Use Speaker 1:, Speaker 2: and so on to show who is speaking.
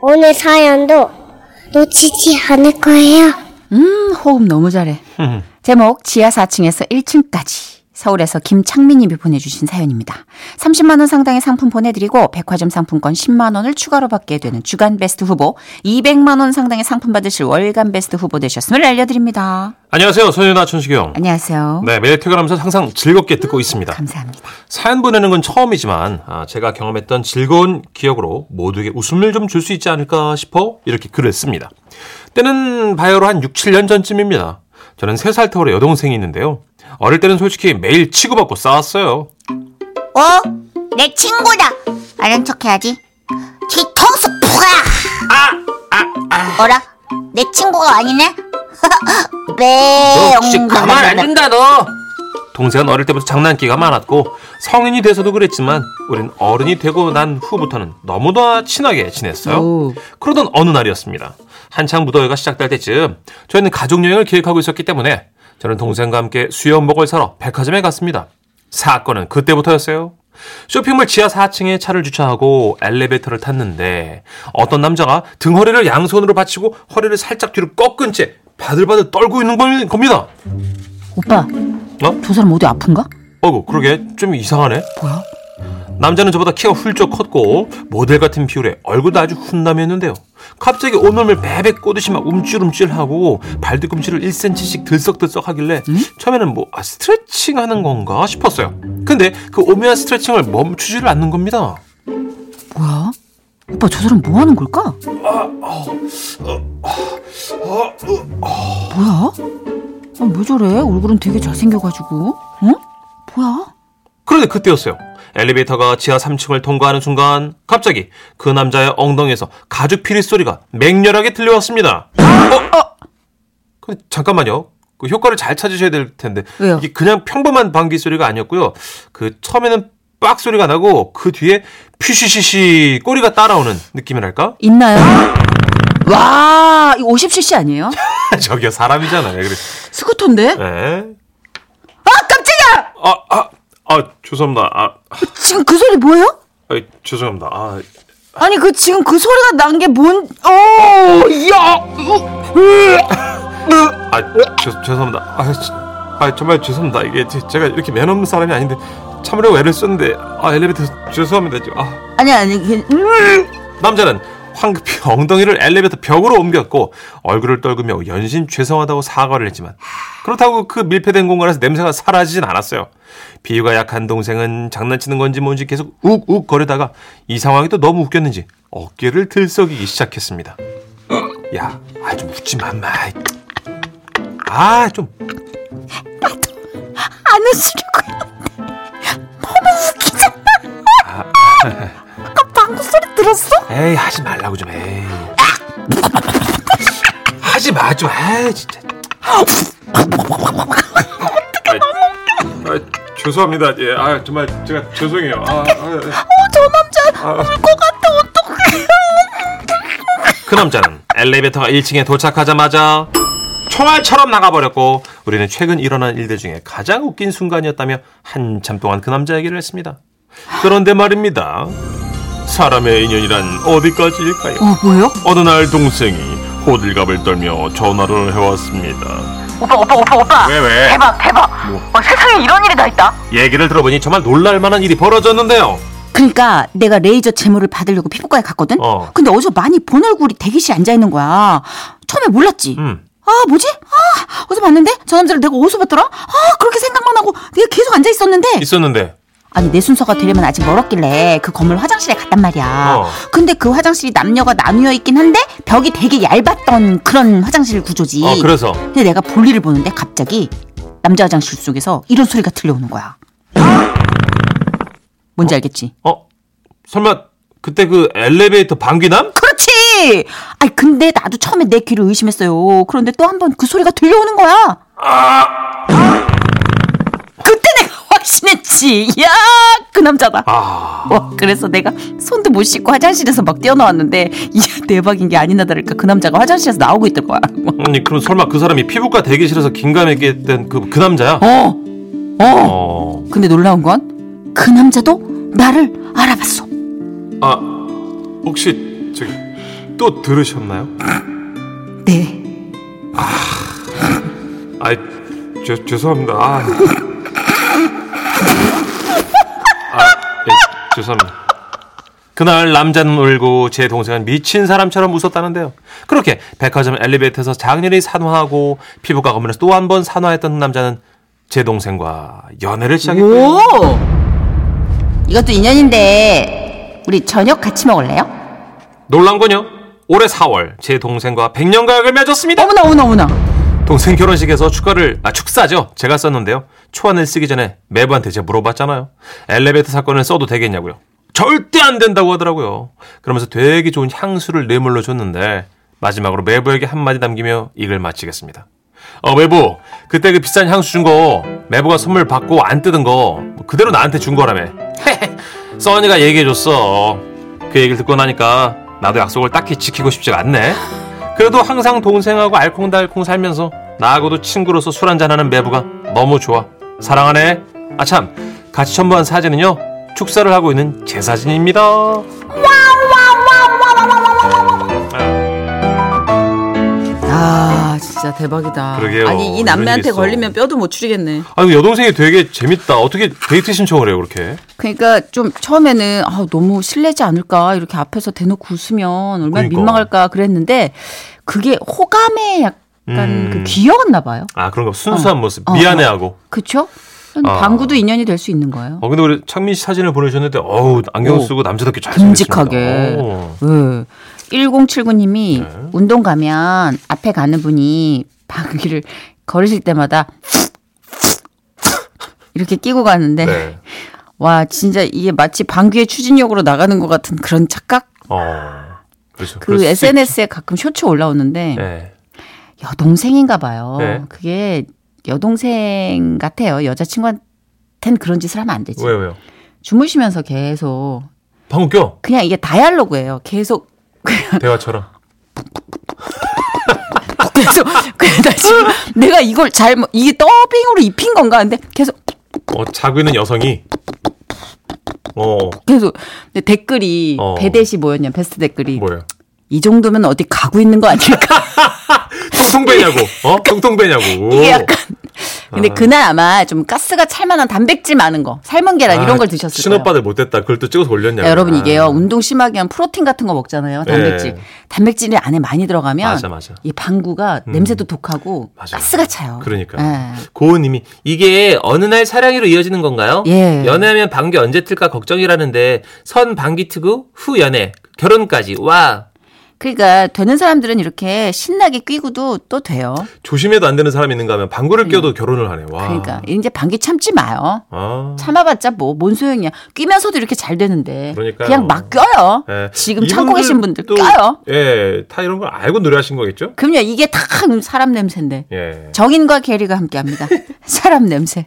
Speaker 1: 오늘 사연도 놓치지 않을 거예요.
Speaker 2: 음, 호흡 너무 잘해.
Speaker 3: 음.
Speaker 2: 제목 지하 4층에서 1층까지. 서울에서 김창민님이 보내주신 사연입니다. 30만 원 상당의 상품 보내드리고 백화점 상품권 10만 원을 추가로 받게 되는 주간 베스트 후보, 200만 원 상당의 상품 받으실 월간 베스트 후보 되셨음을 알려드립니다.
Speaker 3: 안녕하세요. 소윤아 춘식형.
Speaker 2: 안녕하세요.
Speaker 3: 네, 매일 퇴근하면서 항상 즐겁게 듣고 있습니다.
Speaker 2: 감사합니다.
Speaker 3: 사연 보내는 건 처음이지만 아, 제가 경험했던 즐거운 기억으로 모두에게 웃음을 좀 줄 수 있지 않을까 싶어 이렇게 글을 씁니다. 때는 바이오로 한 6, 7년 전쯤입니다. 저는 3살 터울의 여동생이 있는데요. 어릴 때는 솔직히 매일 치고받고 싸웠어요.
Speaker 4: 어? 내 친구다. 아는 척해야지. 뒤통수 푸아. 아, 아, 어라? 내 친구가 아니네.
Speaker 3: 어,
Speaker 4: 매용.
Speaker 3: 된다 너. 동생은 어릴 때부터 장난기가 많았고 성인이 돼서도 그랬지만 우린 어른이 되고 난 후부터는 너무나 친하게 지냈어요.
Speaker 2: 오.
Speaker 3: 그러던 어느 날이었습니다. 한창 무더위가 시작될 때쯤 저희는 가족 여행을 계획하고 있었기 때문에 저는 동생과 함께 수영복을 사러 백화점에 갔습니다. 사건은 그때부터였어요. 쇼핑몰 지하 4층에 차를 주차하고 엘리베이터를 탔는데 어떤 남자가 등허리를 양손으로 받치고 허리를 살짝 뒤로 꺾은 채 바들바들 떨고 있는 겁- 겁니다.
Speaker 2: 오빠,
Speaker 3: 어?
Speaker 2: 저 사람 어디 아픈가?
Speaker 3: 어구 그러게 좀 이상하네.
Speaker 2: 뭐야?
Speaker 3: 남자는 저보다 키가 훌쩍 컸고 모델 같은 비율에 얼굴도 아주 훈남이었는데요. 갑자기 온몸을 매배 꼬듯이 막 움찔움찔하고 발뒤꿈치를 1cm씩 들썩들썩하길래 처음에는 뭐 아, 스트레칭하는 건가 싶었어요. 근데 그 오묘한 스트레칭을 멈추지를 않는 겁니다.
Speaker 2: 뭐야? 오빠, 저 사람 뭐 하는 걸까? 뭐야? 아, 왜 저래? 얼굴은 되게 잘생겨가지고. 응? 뭐야?
Speaker 3: 그런데 그때였어요. 엘리베이터가 지하 3층을 통과하는 순간 갑자기 그 남자의 엉덩이에서 가죽 피리 소리가 맹렬하게 들려왔습니다. 어? 어? 근데 잠깐만요. 그 효과를 잘 찾으셔야 될 텐데
Speaker 2: 왜요?
Speaker 3: 이게 그냥 평범한 방귀 소리가 아니었고요. 그 처음에는 빡 소리가 나고 그 뒤에 퓨시시시 꼬리가 따라오는 느낌이랄까?
Speaker 2: 있나요? 와, 이거 50cc 아니에요?
Speaker 3: 저기요 사람이잖아요. 그래. 네.
Speaker 2: 스쿠터인데?
Speaker 3: 에?
Speaker 2: 아, 깜짝이야!
Speaker 3: 아, 아, 아 죄송합니다. 아,
Speaker 2: 지금 그 소리 뭐예요?
Speaker 3: 아 죄송합니다. 아,
Speaker 2: 아니, 그 지금 그 소리가 난 게 뭔, 어,
Speaker 3: 아, 죄, 죄송합니다. 아, 지- 아, 정말 죄송합니다. 이게 제- 제가 이렇게 매너없는 사람이 아닌데 참으려고 애를 썼는데 아, 엘리베이터 죄송합니다. 지금, 아.
Speaker 2: 아니, 아니, 그, 음.
Speaker 3: 남자는 황급히 엉덩이를 엘리베이터 벽으로 옮겼고 얼굴을 떨구며 연신 죄송하다고 사과를 했지만 그렇다고 그 밀폐된 공간에서 냄새가 사라지진 않았어요. 비유가 약한 동생은 장난치는 건지 뭔지 계속 욱욱 거리다가 이 상황이 또 너무 웃겼는지 어깨를 들썩이기 시작했습니다. 야, 아 좀 웃지 마, 마. 아, 좀
Speaker 2: 안 웃으려고
Speaker 5: 아.
Speaker 2: 어,
Speaker 3: 에이 하지 말라고 좀 에이 하지 마좀 에이 진짜 아, 어떡해 너무 웃겨 아, 죄송합니다 예아 정말 제가 죄송해요 어, 아저 남자 울 것 같아 어떡해 그 남자는 엘리베이터가 1층에 도착하자마자 총알처럼 나가버렸고 우리는 최근 일어난 일들 중에 가장 웃긴 순간이었다며 한참 동안 그 남자 얘기를 했습니다 그런데 말입니다 사람의 인연이란 어디까지일까요?
Speaker 2: 어, 뭐예요?
Speaker 3: 어느 날 동생이 호들갑을 떨며 전화를 해왔습니다.
Speaker 5: 오빠 오빠 오빠 오빠
Speaker 3: 왜 왜?
Speaker 5: 대박 대박
Speaker 3: 네. 뭐?
Speaker 5: 어, 세상에 이런 일이 다 있다
Speaker 3: 얘기를 들어보니 정말 놀랄만한 일이 벌어졌는데요.
Speaker 2: 그러니까 내가 레이저 제모를 받으려고 피부과에 갔거든?
Speaker 3: 어.
Speaker 2: 근데 어디서 많이 본 얼굴이 대기실에 앉아있는 거야. 처음에 몰랐지?
Speaker 3: 음.
Speaker 2: 아, 뭐지? 아, 어디서 봤는데? 저 남자를 내가 어디서 봤더라? 아, 그렇게 생각만 하고 내가 계속 앉아있었는데
Speaker 3: 있었는데
Speaker 2: 아니 내 순서가 되려면 아직 멀었길래 그 건물 화장실에 갔단 말이야.
Speaker 3: 어.
Speaker 2: 근데 그 화장실이 남녀가 나뉘어 있긴 한데 벽이 되게 얇았던 그런 화장실 구조지.
Speaker 3: 어 그래서
Speaker 2: 근데 내가 볼일을 보는데 갑자기 남자 화장실 속에서 이런 소리가 들려오는 거야. 뭔지 알겠지?
Speaker 3: 어 설마 그때 그 엘리베이터 방귀남?
Speaker 2: 그렇지. 아니 근데 나도 처음에 내 귀를 의심했어요. 그런데 또 한 번 그 소리가 들려오는 거야. 그때 내가 확신했지. 야, 그 남자다.
Speaker 3: 아
Speaker 2: 와, 어, 그래서 내가 손도 못 씻고 화장실에서 막 뛰어나왔는데 이야 대박인 게 아니나 다를까 그 남자가 화장실에서 나오고 있던 거야.
Speaker 3: 아니 그럼 설마 그 사람이 피부과 대기실에서 긴가민가했던 그, 그 남자야?
Speaker 2: 어, 어.
Speaker 3: 어.
Speaker 2: 근데 놀라운 건 그 남자도 나를 알아봤어.
Speaker 3: 아 혹시 저기 또 들으셨나요?
Speaker 2: 네.
Speaker 3: 아이, 죄, 죄송합니다. 아. 아, 예, 죄송합니다. 그날 남자는 울고 제 동생은 미친 사람처럼 웃었다는데요. 그렇게 백화점 엘리베이터에서 작년에 산화하고 피부과 검문에서 또 한 번 산화했던 남자는 제 동생과 연애를 시작했고요.
Speaker 2: 오! 이것도 인연인데 우리 저녁 같이 먹을래요?
Speaker 3: 놀란 건요. 올해 4월 제 동생과 백년가약을 맺었습니다.
Speaker 2: 어머나 어머나 어머나.
Speaker 3: 동생 결혼식에서 축가를 아 축사죠 제가 썼는데요 초안을 쓰기 전에 매부한테 제가 물어봤잖아요 엘리베이터 사건을 써도 되겠냐고요 절대 안 된다고 하더라고요 그러면서 되게 좋은 향수를 뇌물로 줬는데 마지막으로 매부에게 한마디 남기며 이걸 마치겠습니다 어 매부 그때 그 비싼 향수 준 거 매부가 선물 받고 안 뜯은 거뭐 그대로 나한테 준 거라며 써니가 얘기해줬어 그 얘기를 듣고 나니까 나도 약속을 딱히 지키고 싶지가 않네 그래도 항상 동생하고 알콩달콩 살면서 나하고도 친구로서 술 한잔하는 매부가 너무 좋아. 사랑하네. 아참, 같이 첨부한 사진은요. 축사를 하고 있는 제 사진입니다.
Speaker 6: 아 진짜 대박이다.
Speaker 3: 그러게요.
Speaker 6: 아니 이
Speaker 3: 이런 일이
Speaker 6: 남매한테
Speaker 3: 있어.
Speaker 6: 걸리면 뼈도 못 추리겠네.
Speaker 3: 아유, 여동생이 되게 재밌다. 어떻게 데이트 신청을 해요, 그렇게?
Speaker 2: 그러니까 좀 처음에는 아, 너무 실례지 않을까 이렇게 앞에서 대놓고 웃으면 얼마나
Speaker 3: 그러니까.
Speaker 2: 민망할까 그랬는데 그게 호감에 약간
Speaker 3: 음.
Speaker 2: 그 귀여웠나 봐요.
Speaker 3: 아, 그런 거. 순수한 모습.
Speaker 2: 어,
Speaker 3: 미안해하고.
Speaker 2: 그렇죠?
Speaker 3: 아.
Speaker 2: 방구도 인연이 될 수 있는 거예요.
Speaker 3: 어, 근데 우리 창민 씨 사진을 보내주셨는데, 어우, 안경
Speaker 2: 오.
Speaker 3: 쓰고 남자답게 잘
Speaker 2: 듬직하게.
Speaker 3: 생겼습니다. 어. 오.
Speaker 2: 예. 1079님이
Speaker 3: 네.
Speaker 2: 운동 가면 앞에 가는 분이 방귀를 걸으실 때마다 이렇게 끼고 가는데
Speaker 3: 네.
Speaker 2: 와 진짜 이게 마치 방귀의 추진력으로 나가는 것 같은 그런 착각
Speaker 3: 어. 그렇죠.
Speaker 2: 그
Speaker 3: 그럴 수 있-
Speaker 2: SNS에 가끔 쇼츠 올라오는데
Speaker 3: 네.
Speaker 2: 여동생인가 봐요.
Speaker 3: 네.
Speaker 2: 그게 여동생 같아요. 여자친구한텐 그런 짓을 하면 안 되지.
Speaker 3: 왜요, 왜요?
Speaker 2: 주무시면서 계속
Speaker 3: 방금 껴.
Speaker 2: 그냥 이게 다이얼로그예요. 계속
Speaker 3: 대화처럼.
Speaker 2: 계속 그래서 나 지금 내가 이걸 잘못 뭐 이게 더빙으로 입힌 건가 근데 계속
Speaker 3: 어, 자고 있는 여성이 어
Speaker 2: 계속 근데 댓글이
Speaker 3: 어.
Speaker 2: 배댓이 뭐였냐 베스트 댓글이
Speaker 3: 뭐예요?
Speaker 2: 이 정도면 어디 가고 있는 거 아닐까?
Speaker 3: 뚱뚱배냐고 어 뚱뚱배냐고
Speaker 2: 이게 약간 근데 그날 아마 좀 가스가 찰만한 단백질 많은 거 삶은 계란 이런 걸 드셨을 거예요.
Speaker 3: 아, 신업받을 못했다. 그걸 또 찍어서 올렸냐?
Speaker 2: 야, 여러분 이게요 운동 심하게 하면 프로틴 같은 거 먹잖아요 단백질
Speaker 3: 예.
Speaker 2: 단백질이 안에 많이 들어가면
Speaker 3: 맞아, 맞아.
Speaker 2: 이 방구가 냄새도 독하고
Speaker 3: 맞아.
Speaker 2: 가스가 차요
Speaker 3: 그러니까.
Speaker 2: 예.
Speaker 3: 고은님이 이게 어느 날 사랑으로 이어지는 건가요?
Speaker 2: 예.
Speaker 3: 연애하면 반기 언제 틀까 걱정이라는데 선 반기 트고 후 연애 결혼까지 와
Speaker 2: 그러니까 되는 사람들은 이렇게 신나게 끼고도 또 돼요
Speaker 3: 조심해도 안 되는 사람 이 있는가 하면 방구를 껴도 결혼을 하네. 와.
Speaker 2: 음. 그러니까 이제 방귀 참지 마요
Speaker 3: 아.
Speaker 2: 참아봤자 뭐 뭔 소용이야 끼면서도 이렇게 잘 되는데
Speaker 3: 그러니까요.
Speaker 2: 냥막 껴요
Speaker 3: 예.
Speaker 2: 지금 참고
Speaker 3: 이분들도-
Speaker 2: 계신 분들 껴요
Speaker 3: 예, 다 이런 걸 알고 노래하신 거겠죠?
Speaker 2: 그럼요 이게 다 사람 냄새인데
Speaker 3: 예.
Speaker 2: 정인과 계리가 함께합니다 사람 냄새